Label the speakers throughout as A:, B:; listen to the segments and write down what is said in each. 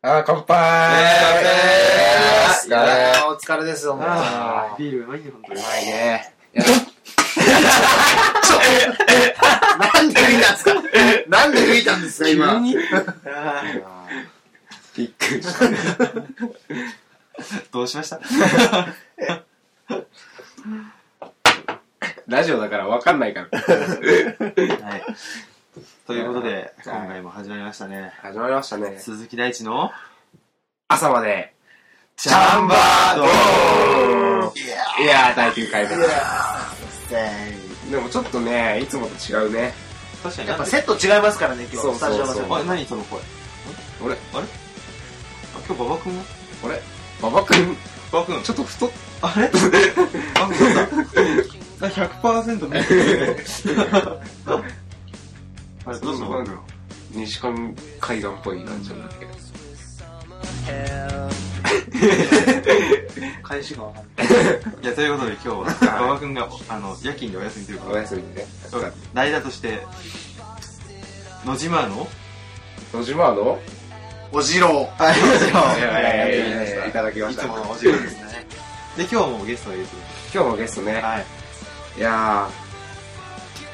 A: あー、乾杯
B: いや
A: あ
B: ーお疲れですよ、もう。
C: あービールうまいね、本当に。
B: いね。なんで吹いたんですかなんで吹いたんですか、今。
C: 急にあーびっくりした。どうしました
A: ラジオだから分かんないから。
C: はい。ということで、今回も始まりましたね。
A: 始まりましたね。
C: 鈴木大地の、
A: 朝まで、
C: チ
A: ャンバード
C: ー
B: いや
A: いやー、第9回目
B: ーい。やーせ
A: でもちょっとね、いつもと違うね。
C: 確か
B: ー
C: に、
B: や
C: や
B: っぱ
C: っぱ
B: セット違いますからね、今
A: そ
B: 日。
A: う
B: ス
A: そ
B: タ
A: う
B: ジ
A: そ
B: オ
A: う
B: のセッ
C: あれ、
B: ト。
C: 何その声。あ
A: 俺、
C: 今日馬場くんは
A: 俺、馬場くん、
C: 馬場くん。
A: ちょっと太っ、
C: あれあ、 そうだ。100%見えてる。 あれ、どうしたの
A: 2時間階段っぽい感じなんだけど。
B: 返しがわかん ない。
C: いや、ということで今日は、馬場くんが、あの、夜勤でお休みということ
A: お
C: で、
A: やすみね。
C: 代打として、野島の
A: 野島の
B: おじろう。
C: あ、野島
A: いやいやいやいやいただきま
C: い
A: した
C: つ。ものおじろですね。で、今日もゲストがいるというこ
A: 今日のゲスト
C: とで。
A: ね、
C: はい。
A: いや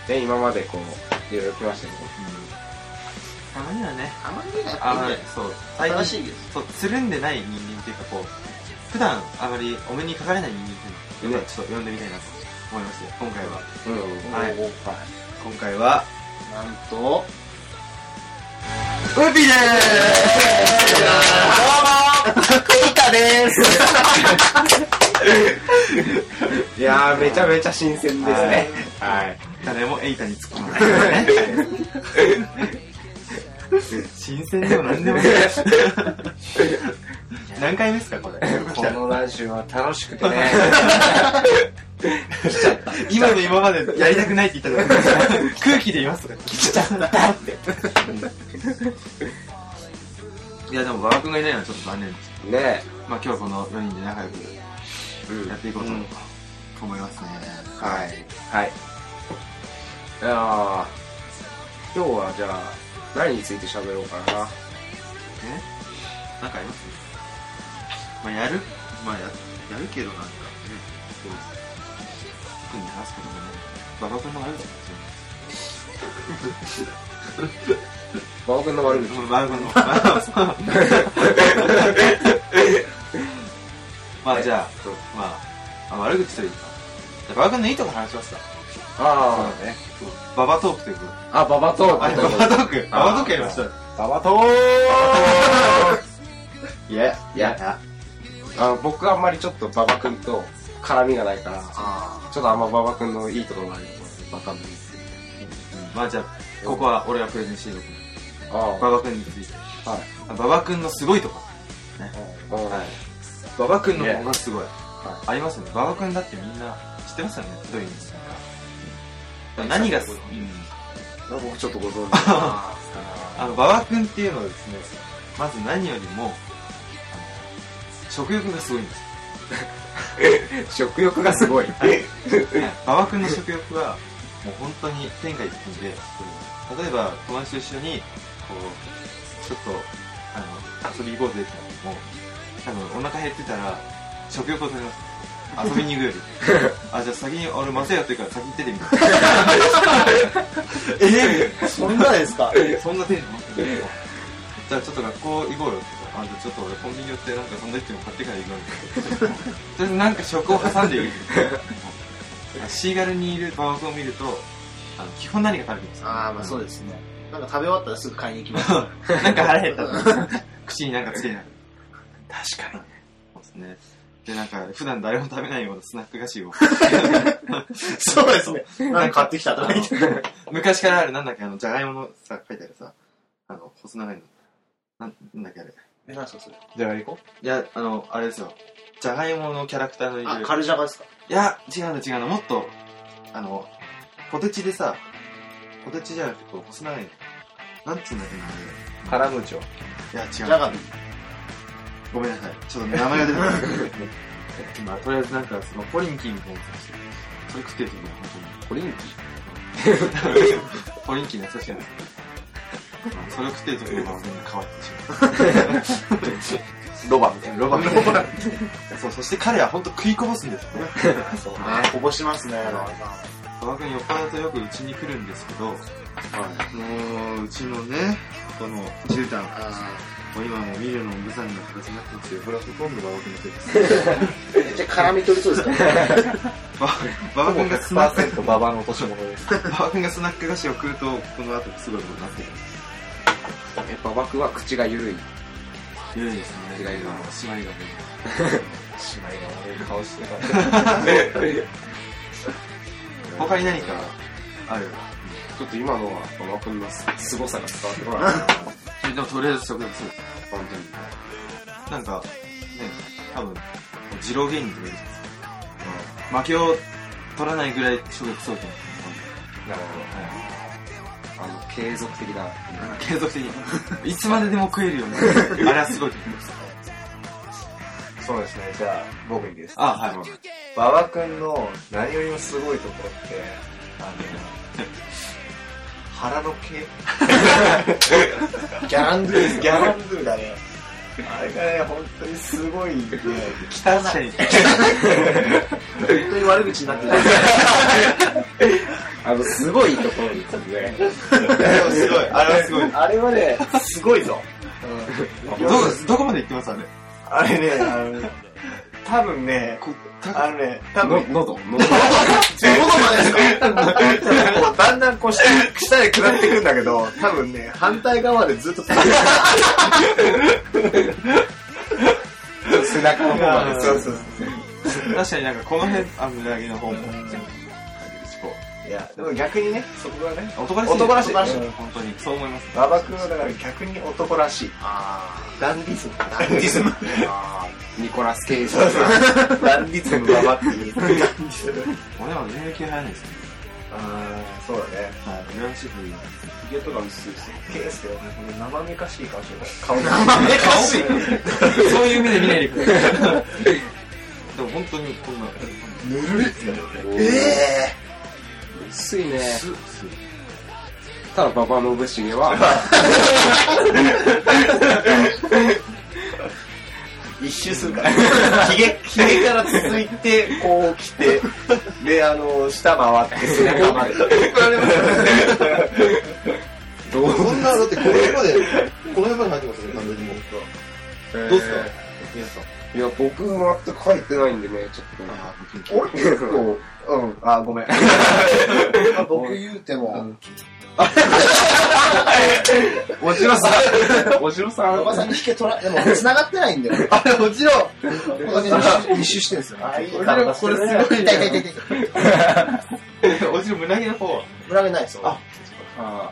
A: ー、ね、今までこう、いろいろ来ましたけど、
C: たまにはね、
B: あまりね
C: あのね、そう、最
B: 新
C: 近、
B: しいです。
C: そう、つるんでない人間っていうか、こう、普段あまりお目にかかれない人間っていうのを、
A: ね
C: ちょっと呼んでみたいなと思いまして、今回は。
A: うん、
C: はい
B: おー
C: 今回は、
B: なんと、
C: ウーピーで
B: ど
C: ー
B: うもケイタです。
A: いやー、めちゃめちゃ新鮮ですね。はい。
C: す誰もエイタに突っ込まないからね。 新鮮でも何で もない。何回目ですか、 これ。
B: このラジオは楽しくてね。
C: 今の今までやりたくないって言ったから、空気で言いますとか来ちゃったって。いや、でも馬場君がいないのはちょっと残念です。
A: ね
C: まあ今日はこの4人で仲良く
A: うん
C: やっていこう
B: うん
C: と思いますね。
A: はい。はい。いやー、今日はじゃあ、何について喋ろうかな。
C: なんかありますまあやる、まあややるけどなんかね、そう特に話すこともない。馬場君の悪口
A: 馬場君の悪口。
C: 馬場君の。 まあじゃ
A: そう
C: あ、まあ、あ悪口というか、じゃあ馬場君のいいとこ話しますか。
A: あ
C: だね。馬場トークということで。
A: ー、あ、馬場と、
C: あれ、馬場トーク馬場トークやりました。
A: 馬場と
C: いや、
A: いやあの僕あんまりちょっと馬場君と絡みがないから、
B: あ
A: ちょっとあんま馬場君のいいところがあるわかんないです
C: まあじゃあ、ここは俺がプレゼンしていこう
A: けど。あ
C: 馬場君について。
A: あ、はい。
C: 馬場君のすごいとこ。
A: うん
C: はい。馬場君の方がすごい。
A: は
C: ありますよね。馬場君だってみんな知ってますよね。どういう意味ですか。何がすごい、
A: い。僕ちょっとご存知
B: あ
C: あの、馬場君っていうのはですね、まず何よりも、あの食欲がすごいんです
A: 食欲がすご い。
C: よ。はい 馬場君の食欲は、もう本当に天下一品で、例えば友達と一緒に、こう、ちょっと、あの、遊び行こうぜってなっても、多分お腹減ってたら、食欲を取ります。遊びに行くよ り。あ、じゃあ先に、俺まずやってるから先行っててみたいな。え
B: ーそんなですか
C: そんなテンション持ってるじゃあちょっと学校行こうよって言ったらあじゃあちょっと俺コンビニ寄ってなんかサンドイッチも買ってから行くわみたいななんか食を挟 んでいくシーガルにいる馬場君を見るとあの基本何か食べてます
B: あー、まあ そう
C: で
B: ですね。なんか食べ終わったらすぐ買いに行きます。
C: すなんか腹減った 口になんかつけない
A: 確かに。
C: そうですねでなんか普段誰も食べないようなスナック菓子を
B: そうですね。なんか買ってきたとか言って。
C: 昔からあるなんだっけあのじゃがいものさ書いてあるさあの細長いのなんなんだっけあれ
B: え、なんすかそれ。
A: じゃがりこ
C: いやあのあれですよじゃがいものキャラクターのいる
B: あ、カルジャガですか
C: いや、違うの違うの、もっと、あの、ポテチでさ、ポテチじゃなくて、こう、細長いの。なんつうんだっけな、
A: カラムチョ。
C: あれ。い
B: ジ
C: や、
B: ャ
C: 違う。
B: ガビー。
C: ごめんなさい。ちょっと名前が出てこない。まあ、とりあえずなんか、その、ポリンキーみたいなやつして、それ食ってる時に、本
A: コリンキ
C: 当に。ポリンキー懐かしいな。それを食ってる時に僕はみんな変わってしま
B: ロバみたいな。
A: ロバみたいな
C: う。そう、そして彼は本当食いこぼすんですよね。
B: そうね。こぼしますね、ロバ
C: 馬場君酔っ払うとよくうちに来るんですけど、も
B: さん。
C: う、うちのね、この絨毯、も
B: あ
C: う今もう見るのも無残な形になってますけど、これはほとんど馬場君のせいです。
B: ーめっちゃ 絡み取りそうですからね。
C: 馬馬場君がスナック、
D: 100%ババの落とし物です。
C: 馬場君がスナック菓子を食うと、この後すごいことになってる。
A: え、馬場君は口が 緩い。
C: 緩いですね。
A: 緩いな
C: 締まりがね。
D: 姉妹が俺の顔してたんで。
C: 他に何かある
A: ちょっと今のは馬場君の凄さが伝わってこない。
C: でもとりあえずそこです。
A: 本当に。
C: なんか、ね、多分、二郎芸人とかいるじゃないですか。負けを取らないぐらい所属そうと思
A: なるほど。あの、継続的な。
C: って。継続的 に。いつまででも食えるよね。あれはすごいと思います。
D: そうですね、じゃあ、僕にです。
C: あ、はい。
D: 馬場くんの何よりもすごいところって、あの、腹の毛
B: ギャランドゥです
D: ギャラ
B: ン
D: ンドゥだね。 あれがね、本当にすごいんで、
C: 確かに。
B: 本当に悪口になってない。
A: あの、すごいところに飛ぶね。
C: すごい。あれはすごい。
D: あれはね、
B: すごいぞ。
C: どこです、どこまで行ってますあ
D: あ
C: れ。
D: れね、あの、多分ね、
C: こ
D: あのね、多分
A: の、喉、喉。
B: どこまでですか
D: こうだんだんこう下下で下ってくんだけど、多分ね、反対側でずっと続いてる
A: 背中の方まで。
D: そうそう
C: 確かになんかこの辺、あの、裏切りの方も。
D: そう。いや、でも逆にね、そこがね、
C: 男らしい。
D: 男らしい
C: うん本当に。そう思います。
D: 馬場君はだから逆に男らしい。
B: あ
D: ダンディズム。
B: ー、ダンディ ズム。
A: ニコラス・ケイジ。
D: ダンディズム馬場っていう。ダンディズム。
C: 俺は全然気配ないですね。
D: あー、そうだね。
C: はい。羨ましいという。
A: ヒゲとか薄いですね。
D: ケー スよ、生めかしい顔してた。顔が。
B: 生めかしい。
C: そういう目で見ないでください。でも本当にこんな。
D: ぬるいって言う
A: おー
B: え
A: 薄いね。
C: すす
A: ただ、馬場の信繁は、
D: 一周するから。ひげ、ひげから続いて、こう来て、で、あの、下回って、背中まで。
A: どう
E: こんな、だってこの辺まで、この辺まで入ってますよね、完全にもう。
A: どうすかいや、僕も全く入ってないんでね、ちょっとね。
D: 俺結構、うん、あ、ごめん。
E: あ僕言うても、
A: おじろさん。おじろさ
E: 馬場さんに引け取ら、でも繋がってないんだよ。あれ、もちろん。本当に一周してるんですよね。
D: あ、いい
C: 俺ら
D: 顔
C: これ
D: れ
C: す
D: すごい。
E: 痛
C: ご
E: い
C: い
E: 痛い痛い痛い。
C: おじる胸毛の方は
E: 裏目ないですよ。あ、
A: あ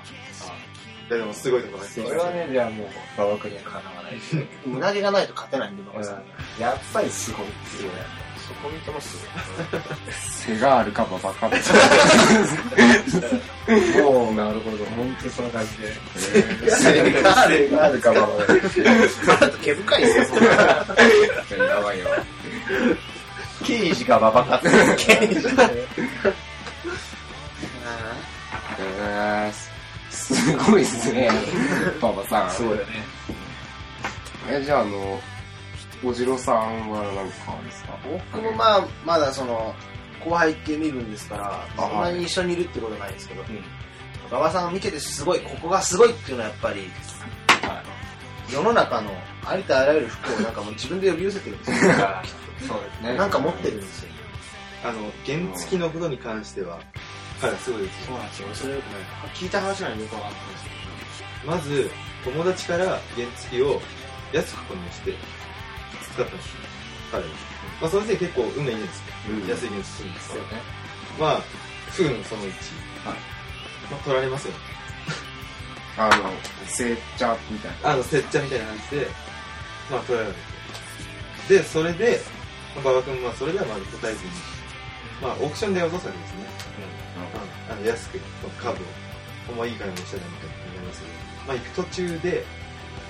C: でもすごいところです
D: それはね、じゃあもう、馬場君にはかなわない。
E: 胸毛がないと勝てないんで、馬場さんに。
D: やっぱりすごいですよね。
E: そこ見てま すよ。
A: 背があるか馬場か。
D: もう、なるほど。本当にそんな感じで。
E: 背がある
D: があるかも。
E: あと毛深いですよ、そこ。
A: やばい よ。
D: 刑事かババかって。
A: えー、すすごいっ すね、馬場さん。
D: そうだね。
A: え、じゃあ、あの、おじろさんはなんかあるんですか
E: 僕もまあ、まだその、後輩っていう身分ですから、
A: あ
E: そんなに一緒にいるってことないですけど
D: ん、
E: 馬場さんを見ててすごい、ここがすごいっていうのはやっぱり、世の中のありとあらゆる服をなんかもう自分で呼び寄せてるんですよ。
A: そうです ね
E: なんか持ってるんですよ。
C: あの原付きのことに関しては彼はすごいです
E: そうなんですよ。それよくない。聞いた話なんでよくわかんないです
C: まず友達から原付きを安く購入して使ったんですよ彼は、まあ、その時結構運がいいんですよ、
A: うん
C: 安い原付するんですよねまあすぐのその1、
A: はい
C: まあ、取られますよ
A: あの、せっちゃみたいな。
C: あの接茶みたいな感じでまあ取られるんですよでそれでまあ馬場君はそれではまず答えずにまあオークションで落とすわけですねあの安くこのカードを、もういいからもしたらみたいになりますけど、まあ、行く途中で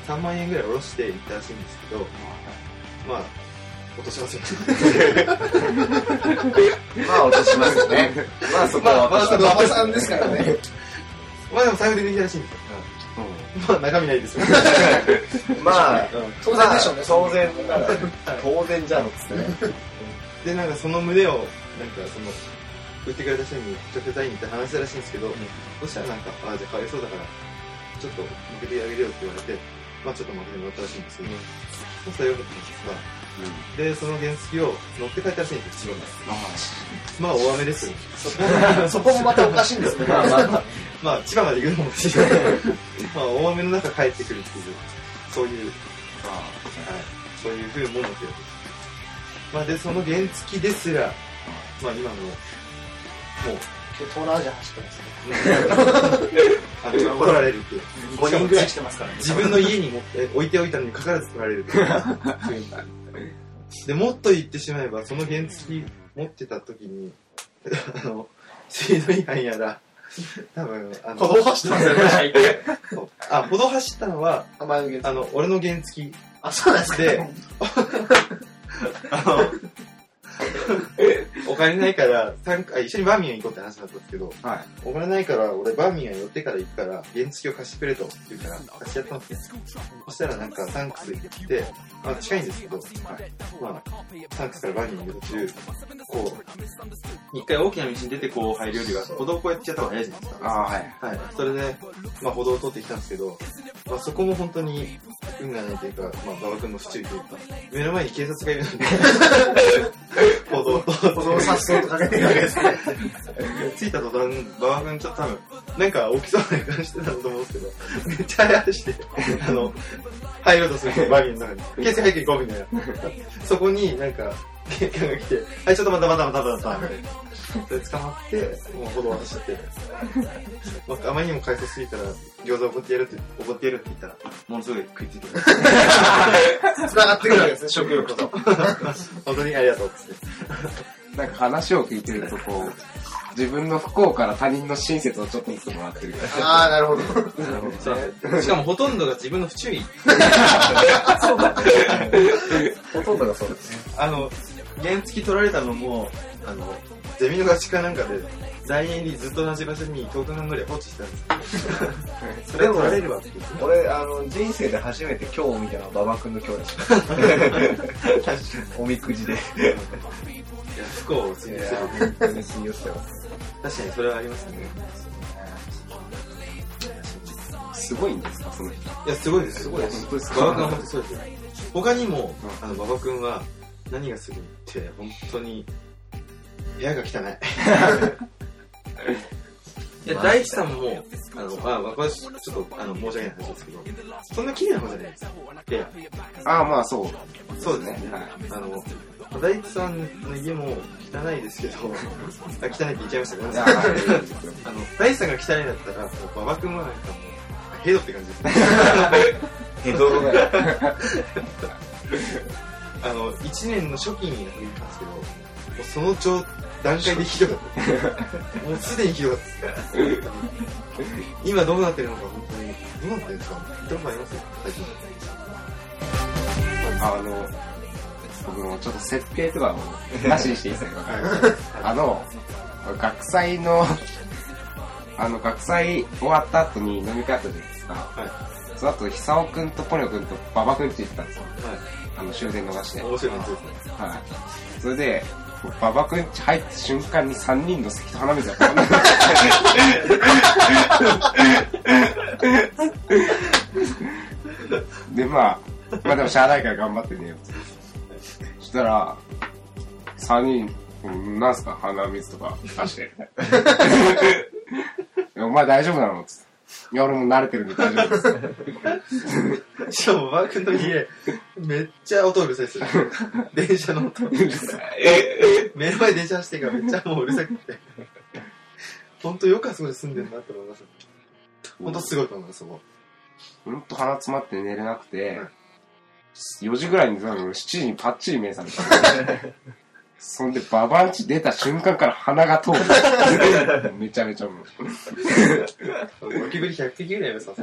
C: 3万円ぐらい下ろして行ったらしいんですけど、まあ、落としますよ。
D: まあ、落としますよ ね。まあ、そこ
C: まあ、
D: は
C: まあ、
E: 馬場さんですからね。
C: まあでも財布でできたらしいんですよ。
A: うん
C: まあ中身ないですよ。
D: まあ、
E: 当然でしょうね。
D: 当然だから、当然じゃんっつってね。
C: で、なんかその胸を、なんかその、売ってくれた人に直接会いに行って話したらしいんですけど、そしたらなんか、ああ、じゃあかわいそうだから、ちょっと負けてあげるよって言われて、まあちょっと負けてもらったらしいんですけど、そしたらよかったんですが、で、その原付を乗って帰ったらしいんですよ、まあ大雨ですよ。
E: そ こもまたおかしいんですね。
C: まあまあまあ、まあ千葉まで行くのも違 う。まあ大雨の中帰ってくるっていう、そういう、はい、そういうふうもので。まあで、その原付ですら、まあ今も、も
E: 東南アジア走ってますね。
C: う、あの、怒られるっていう。
E: 5人ぐらいしてますからね。
C: 自分の家に持って置いておいたのにかかわらず取られ るっていうそういうのでもっと言ってしまえばその原付持ってた時に あのスピード違反やら多分あの
E: 歩道走ってますよね。
C: あ歩道走ったのは
E: 甘いの原
C: あの俺の原付
E: あ、そうなんですか。
C: であ のお金ないから三回あ一緒にバーミヤン行こうって話だったんですけど、
A: はい
C: お金ないから俺バーミヤン寄ってから行くから原付を貸してくれと言うから貸してやったんですよそしたらなんかサンクス行って、まあ、近いんですけど、まあ、サンクスからバーミヤン行く中こう一回大きな道に出てこう入るよりは歩道をこうやってやった方が早いじゃないですか
A: ああ、はい。
C: はい、それで、まあ、歩道を通ってきたんですけど、まあ、そこも本当に運がないというか、まあ、馬場君の不注意というか、目の前に警察がいるので、 歩道を通って
E: 歩道さっそうとかけてるわけですね。
C: 着いた途端、馬場君ちょっと多分、なんか起きそうな感じしてたと思うんですけど、めっちゃ早して、あの、入ろうとするんですよ、バーミンの中に。警察入って行こうみたいな。そこになんか、警官が来て、はい、ちょっと待って待って待って待って待って。で、捕まって、もう歩道を走って。まあ、あまりにも快速すぎたら、餃子おごってやるって、おごってやるって言ったら、ものすごい食いついてくる。
E: 繋がってくるわけですね、食欲と。
C: 本当にありがとうっつって。
A: なんか話を聞いてると、こう、自分の不幸から他人の親切をちょっとずつもらってる。
E: ああ、なるほど。
C: しかもほとんどが自分の不注意。
D: ほとんどがそうです。
C: あの、原付取られたのも、あの、ゼミの合宿かなんかで、在園にずっと同じ場所に10日間ぐらい放置してたんです それ取られるわって言って
D: 俺、あの、人生で初めて今日を見たのは馬場君の今日でした。おみくじで。
C: いや不幸を追
D: い
C: 求する。
D: や、本当に信用してます。
C: 確かにそれはありますね。
A: すごいんですか、その人。
C: いや、すごいです、すごいです。
A: 本当です
C: 馬場君は
A: か
C: 本当にそうですよ。他にも、あの、馬場君は、何がすごいって、本当に、部屋が汚い。い や、大地さんも、あの、まあ、まあ、これちょっと、あの、申し訳ない話ですけど、そんな綺麗な方じゃないですか。いや、
A: ああ、まあそう。
C: そうですね。
A: はい
C: あの、大地さんの家も汚いです けど、あ、汚いって言っちゃいましたごめん
A: い
C: な
A: や
C: さい。
A: いいですよ
C: あの、大地さんが汚いんだったら、もう馬場君はなんかもう、ヘドって感じですね。
D: ヘドロだよ。
C: あの、1年の初期にやったんですけど、もうその状段階でひどかった。もうすでにひどかったです。今どうなってるのか本当に、どうなってるんですか聞いたことあります最 近。
A: あの、僕もちょっと設定とかもなしにしていいです かあの、学祭の、あの、学祭終わった後に飲み会あったじゃないですか。その後、久尾くんとポニョくんと馬場くんって言ったんですよ。あの、終電逃して。
C: 面白いですね。
A: はい。それで、馬場くんち入った瞬間に3人の関と花水が飛んでで、まあ、まあでもしゃあないから頑張ってねよって。そしたら、3人、うんなんすか鼻水とか出して。お前大丈夫なのつって。いや、俺もう慣れてるんで大丈夫です。
C: しかも馬場君の家、めっちゃ音うるさいで すよ。電車の音。 目の前電車走ってからめっちゃもううるさくて。本当よくあそこで住んでるなって思います。本当すごいと思います、そこ。
A: ほんと鼻詰まって寝れなくて、4時ぐらいに多分7時にパッチリ目覚めた。そんで、ババンチ出た瞬間から鼻が通る。めちゃめちゃもう。
C: ゴキブリ100匹ぐらいいますよ。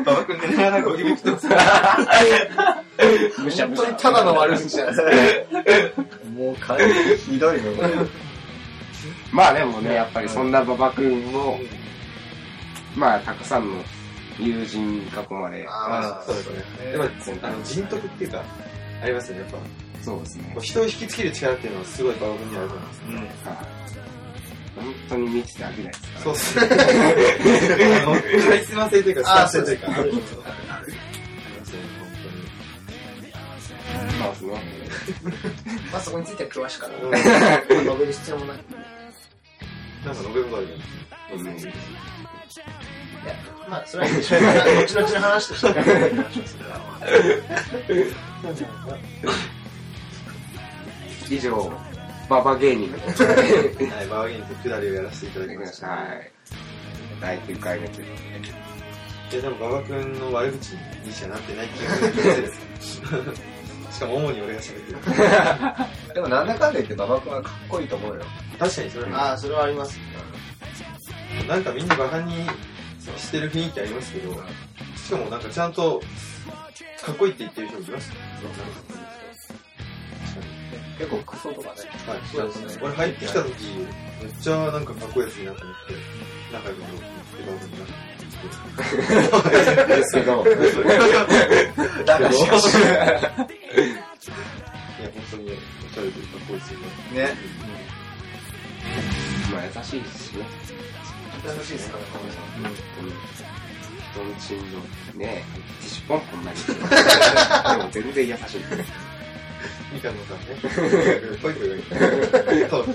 C: 馬場君寝ながらゴキブリ食ってます。
A: むしゃむ
E: 本
A: し
E: 当にただの悪口じゃないですか。
D: もう完全にひどいの。
A: まあでもね、やっぱりそんな馬場君を、まあ、たくさんの友人に囲まれ、
E: あ
C: そうですね。
E: ー
C: でも、あの、人徳っていうか、ありますよね、やっぱ。
A: そうですね
C: こう。人を引きつける力っていうのはすごい馬場君にあると思います。
E: うん
A: はい本当に満ちて飽きないですから
C: そうっすね。あの、カリスマ性というか、スタ
E: あー
C: ー
E: そ
C: 性
E: う
C: と
E: で
C: いう
E: す
C: か。
E: ね
C: ありますね、
A: まあ、その、
E: まあそこについては詳しくは
C: 本当に。うん
E: 述べる必要もないい
C: なんか述べることあるよね。
A: うん
E: やまあそれはいいでしょう後々の話として考えてみましょうそれは
A: 以上、ババ芸人で
C: はい、バーゲンと下りをやらせていただきました。
A: はい。第9回目という
C: いや、でも馬場君の悪口にしかなってない気がするです。 しかも主に俺が喋ってる。
D: でもなんだかんだ言って馬場君はかっこいいと思うよ。
C: 確かにそれは
E: ああそれはあります
C: なんかみんなバカにしてる雰囲気ありますけど、しかもなんかちゃんと、かっこいいって言ってる人もいます
D: 結構クソとかね。
C: はい、
D: そうですね
C: 俺入ってきた時、めっちゃなんかかっこいいやつになと思って、仲良くなろう
A: ことで
C: って
A: ですけど、
E: だからしかし
C: いや、本当に、おしゃれでかっこいいですよね。
D: ね。
A: まあ、優しいですしね。
E: 楽しいですから
A: 人のチンのね、ティッシュポンポン投げて。でも全然優しい。
C: みかんのさん ね、ぽいぽいぽい。そう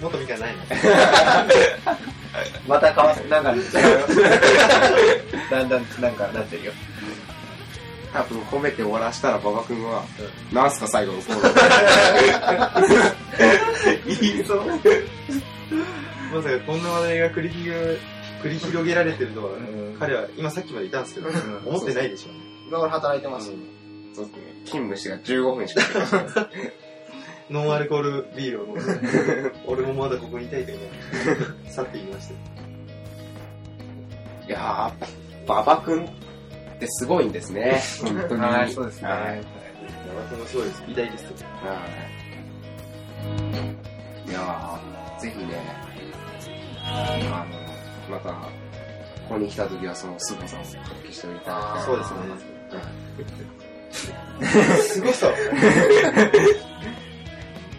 C: もっとみかんないの
D: また変わって、 なんか違うよ。だんだん、なんかなってるよ。
A: 多分褒めて終わらしたら馬場君は、なんすか最後のフォロ
D: いいぞ。
C: まさかこんな話題が繰り広げ繰り広げられてるとは、彼は今さっきまでいたんですけど、思ってないでしょうね。
E: 今俺働いてます
A: ー。そうですね。勤務してから15分しか経ってない。
C: ノンアルコールビールを飲んで、 俺もまだここにいたいと今、去って言いましたよ。
A: いやー、馬場君ってすごいんですね。本当に。
D: はい、そうですね。
A: は
D: はいい。
C: 山田君もすごいです。偉大ですよ。
A: はい。いやー、ぜひね、あの、また、ここに来た時はその凄さを発揮しておいただきたい。
C: そうですね。 すごそう。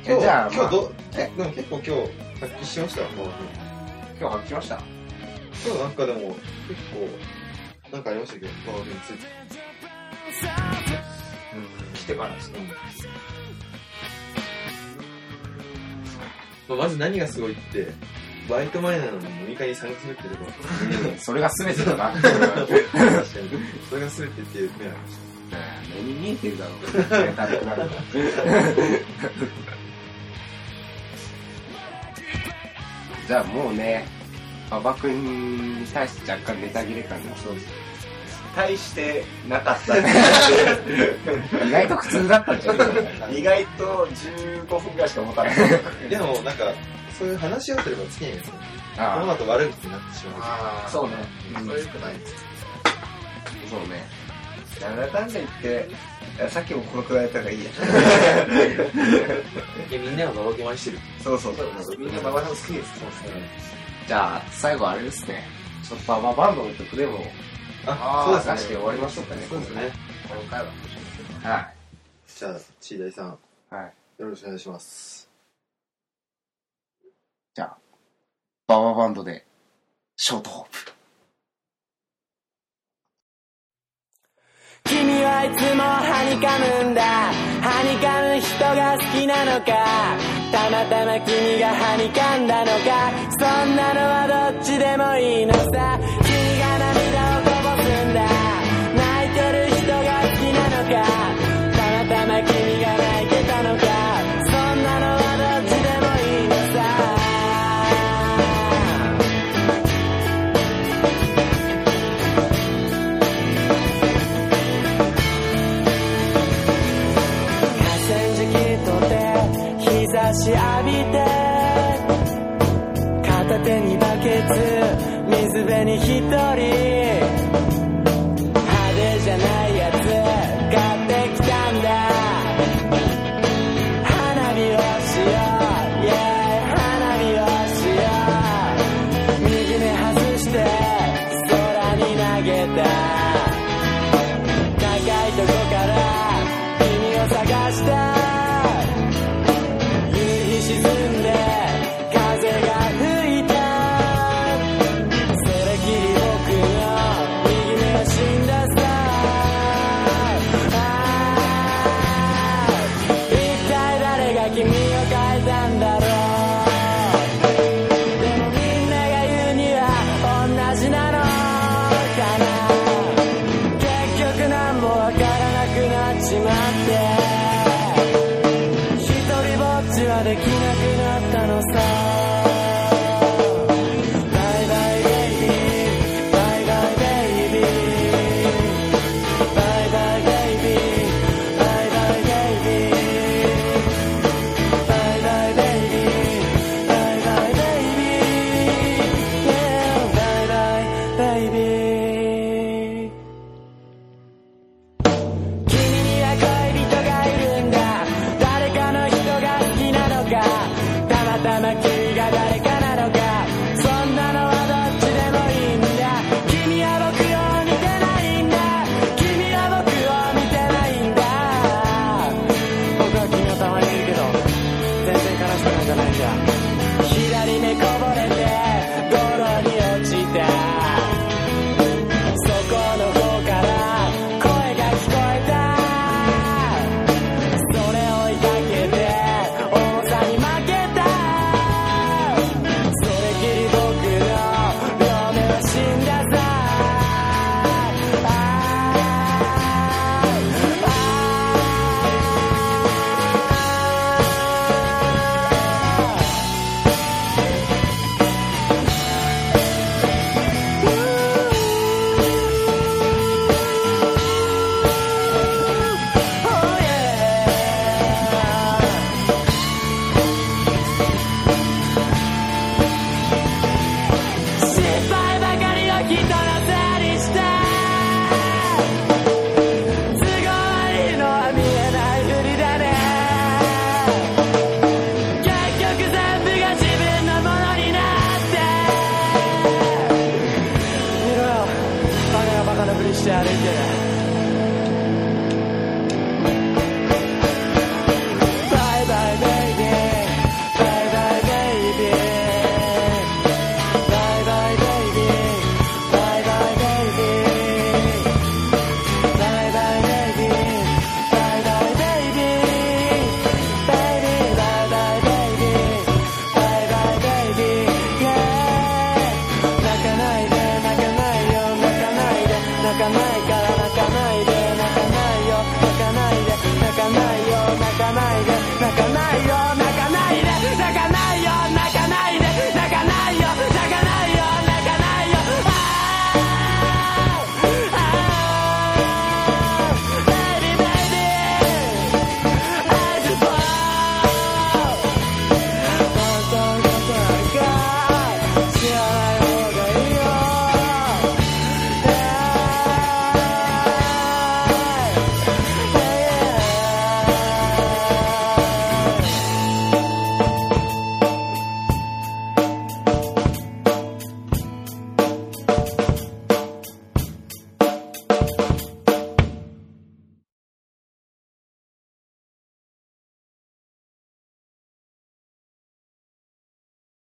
A: えじゃあ
C: 今
A: まあ
C: 日ど、えでも結構今日発揮しましたよ。
A: 今日発揮しました。
C: 今日なんかでも、結構、なんかありましたけど、バーベについて。
D: 来てからですね。
C: まあ、まず何がすごいって、バイト前なのに飲み会に参加するってところ。
A: うんそれが全てだ な。
C: 確かに。それが全てっていう目ありまし
A: 目に見えてるだろうけどね。食べなるからじゃあもうね、馬場君に対して若干ネタ切れ感が
D: 対してなか った。
A: 意外と苦痛だったんじゃ ないかな。
D: 意外と15分ぐらいしか持たない。
C: た。でも、なんか、そういう話し合ってればつきないですね。こ
A: あ
C: の後悪口になってしまう。
E: ああ
D: そうね。
E: それよくない
A: あ、そうね。
D: なんだかんだ言って、いやさっきもこのくらいやった方がいいや。
C: いや、みんながババケマしてる。
D: そうそうそうそう。
E: みんな馬場さん好きです
A: じゃあ、最後あれですね。ちょっとバババンドの曲でも、
C: あ、
A: そう出
C: そうで
A: し
C: す
A: て
C: ね。
A: 終わりましょうかね。
C: そうですね。
E: 今回は
A: は
C: じゃあ、チーダイさん、よ
A: い。はい。
C: ろしくお願いします。
A: バババンドで、ショートホープ。
F: 君はいつもはにかむんだはにかむ人が好きなのかたまたま君がはにかんだのかそんなのはどっちでもいいのさ君が涙をこぼすんだ泣いてる人が好きなのかたまたま君が泣いてたのかそんなのはどっちでもいいのさ河川敷とて日差し浴びて片手にバケツ水辺に一人派手じゃないやつ買ってきたんだ花火をしようイェーイ花火をしよう右目外して街歩いてたバイバイベイビーバイバイベイビーバイバイベイビーバイバイベイビー Bye bye baby, bye bye baby, baby, bye bye baby, bye bye baby, yeah. 泣かないで、泣かないよ、泣かないで、泣かないから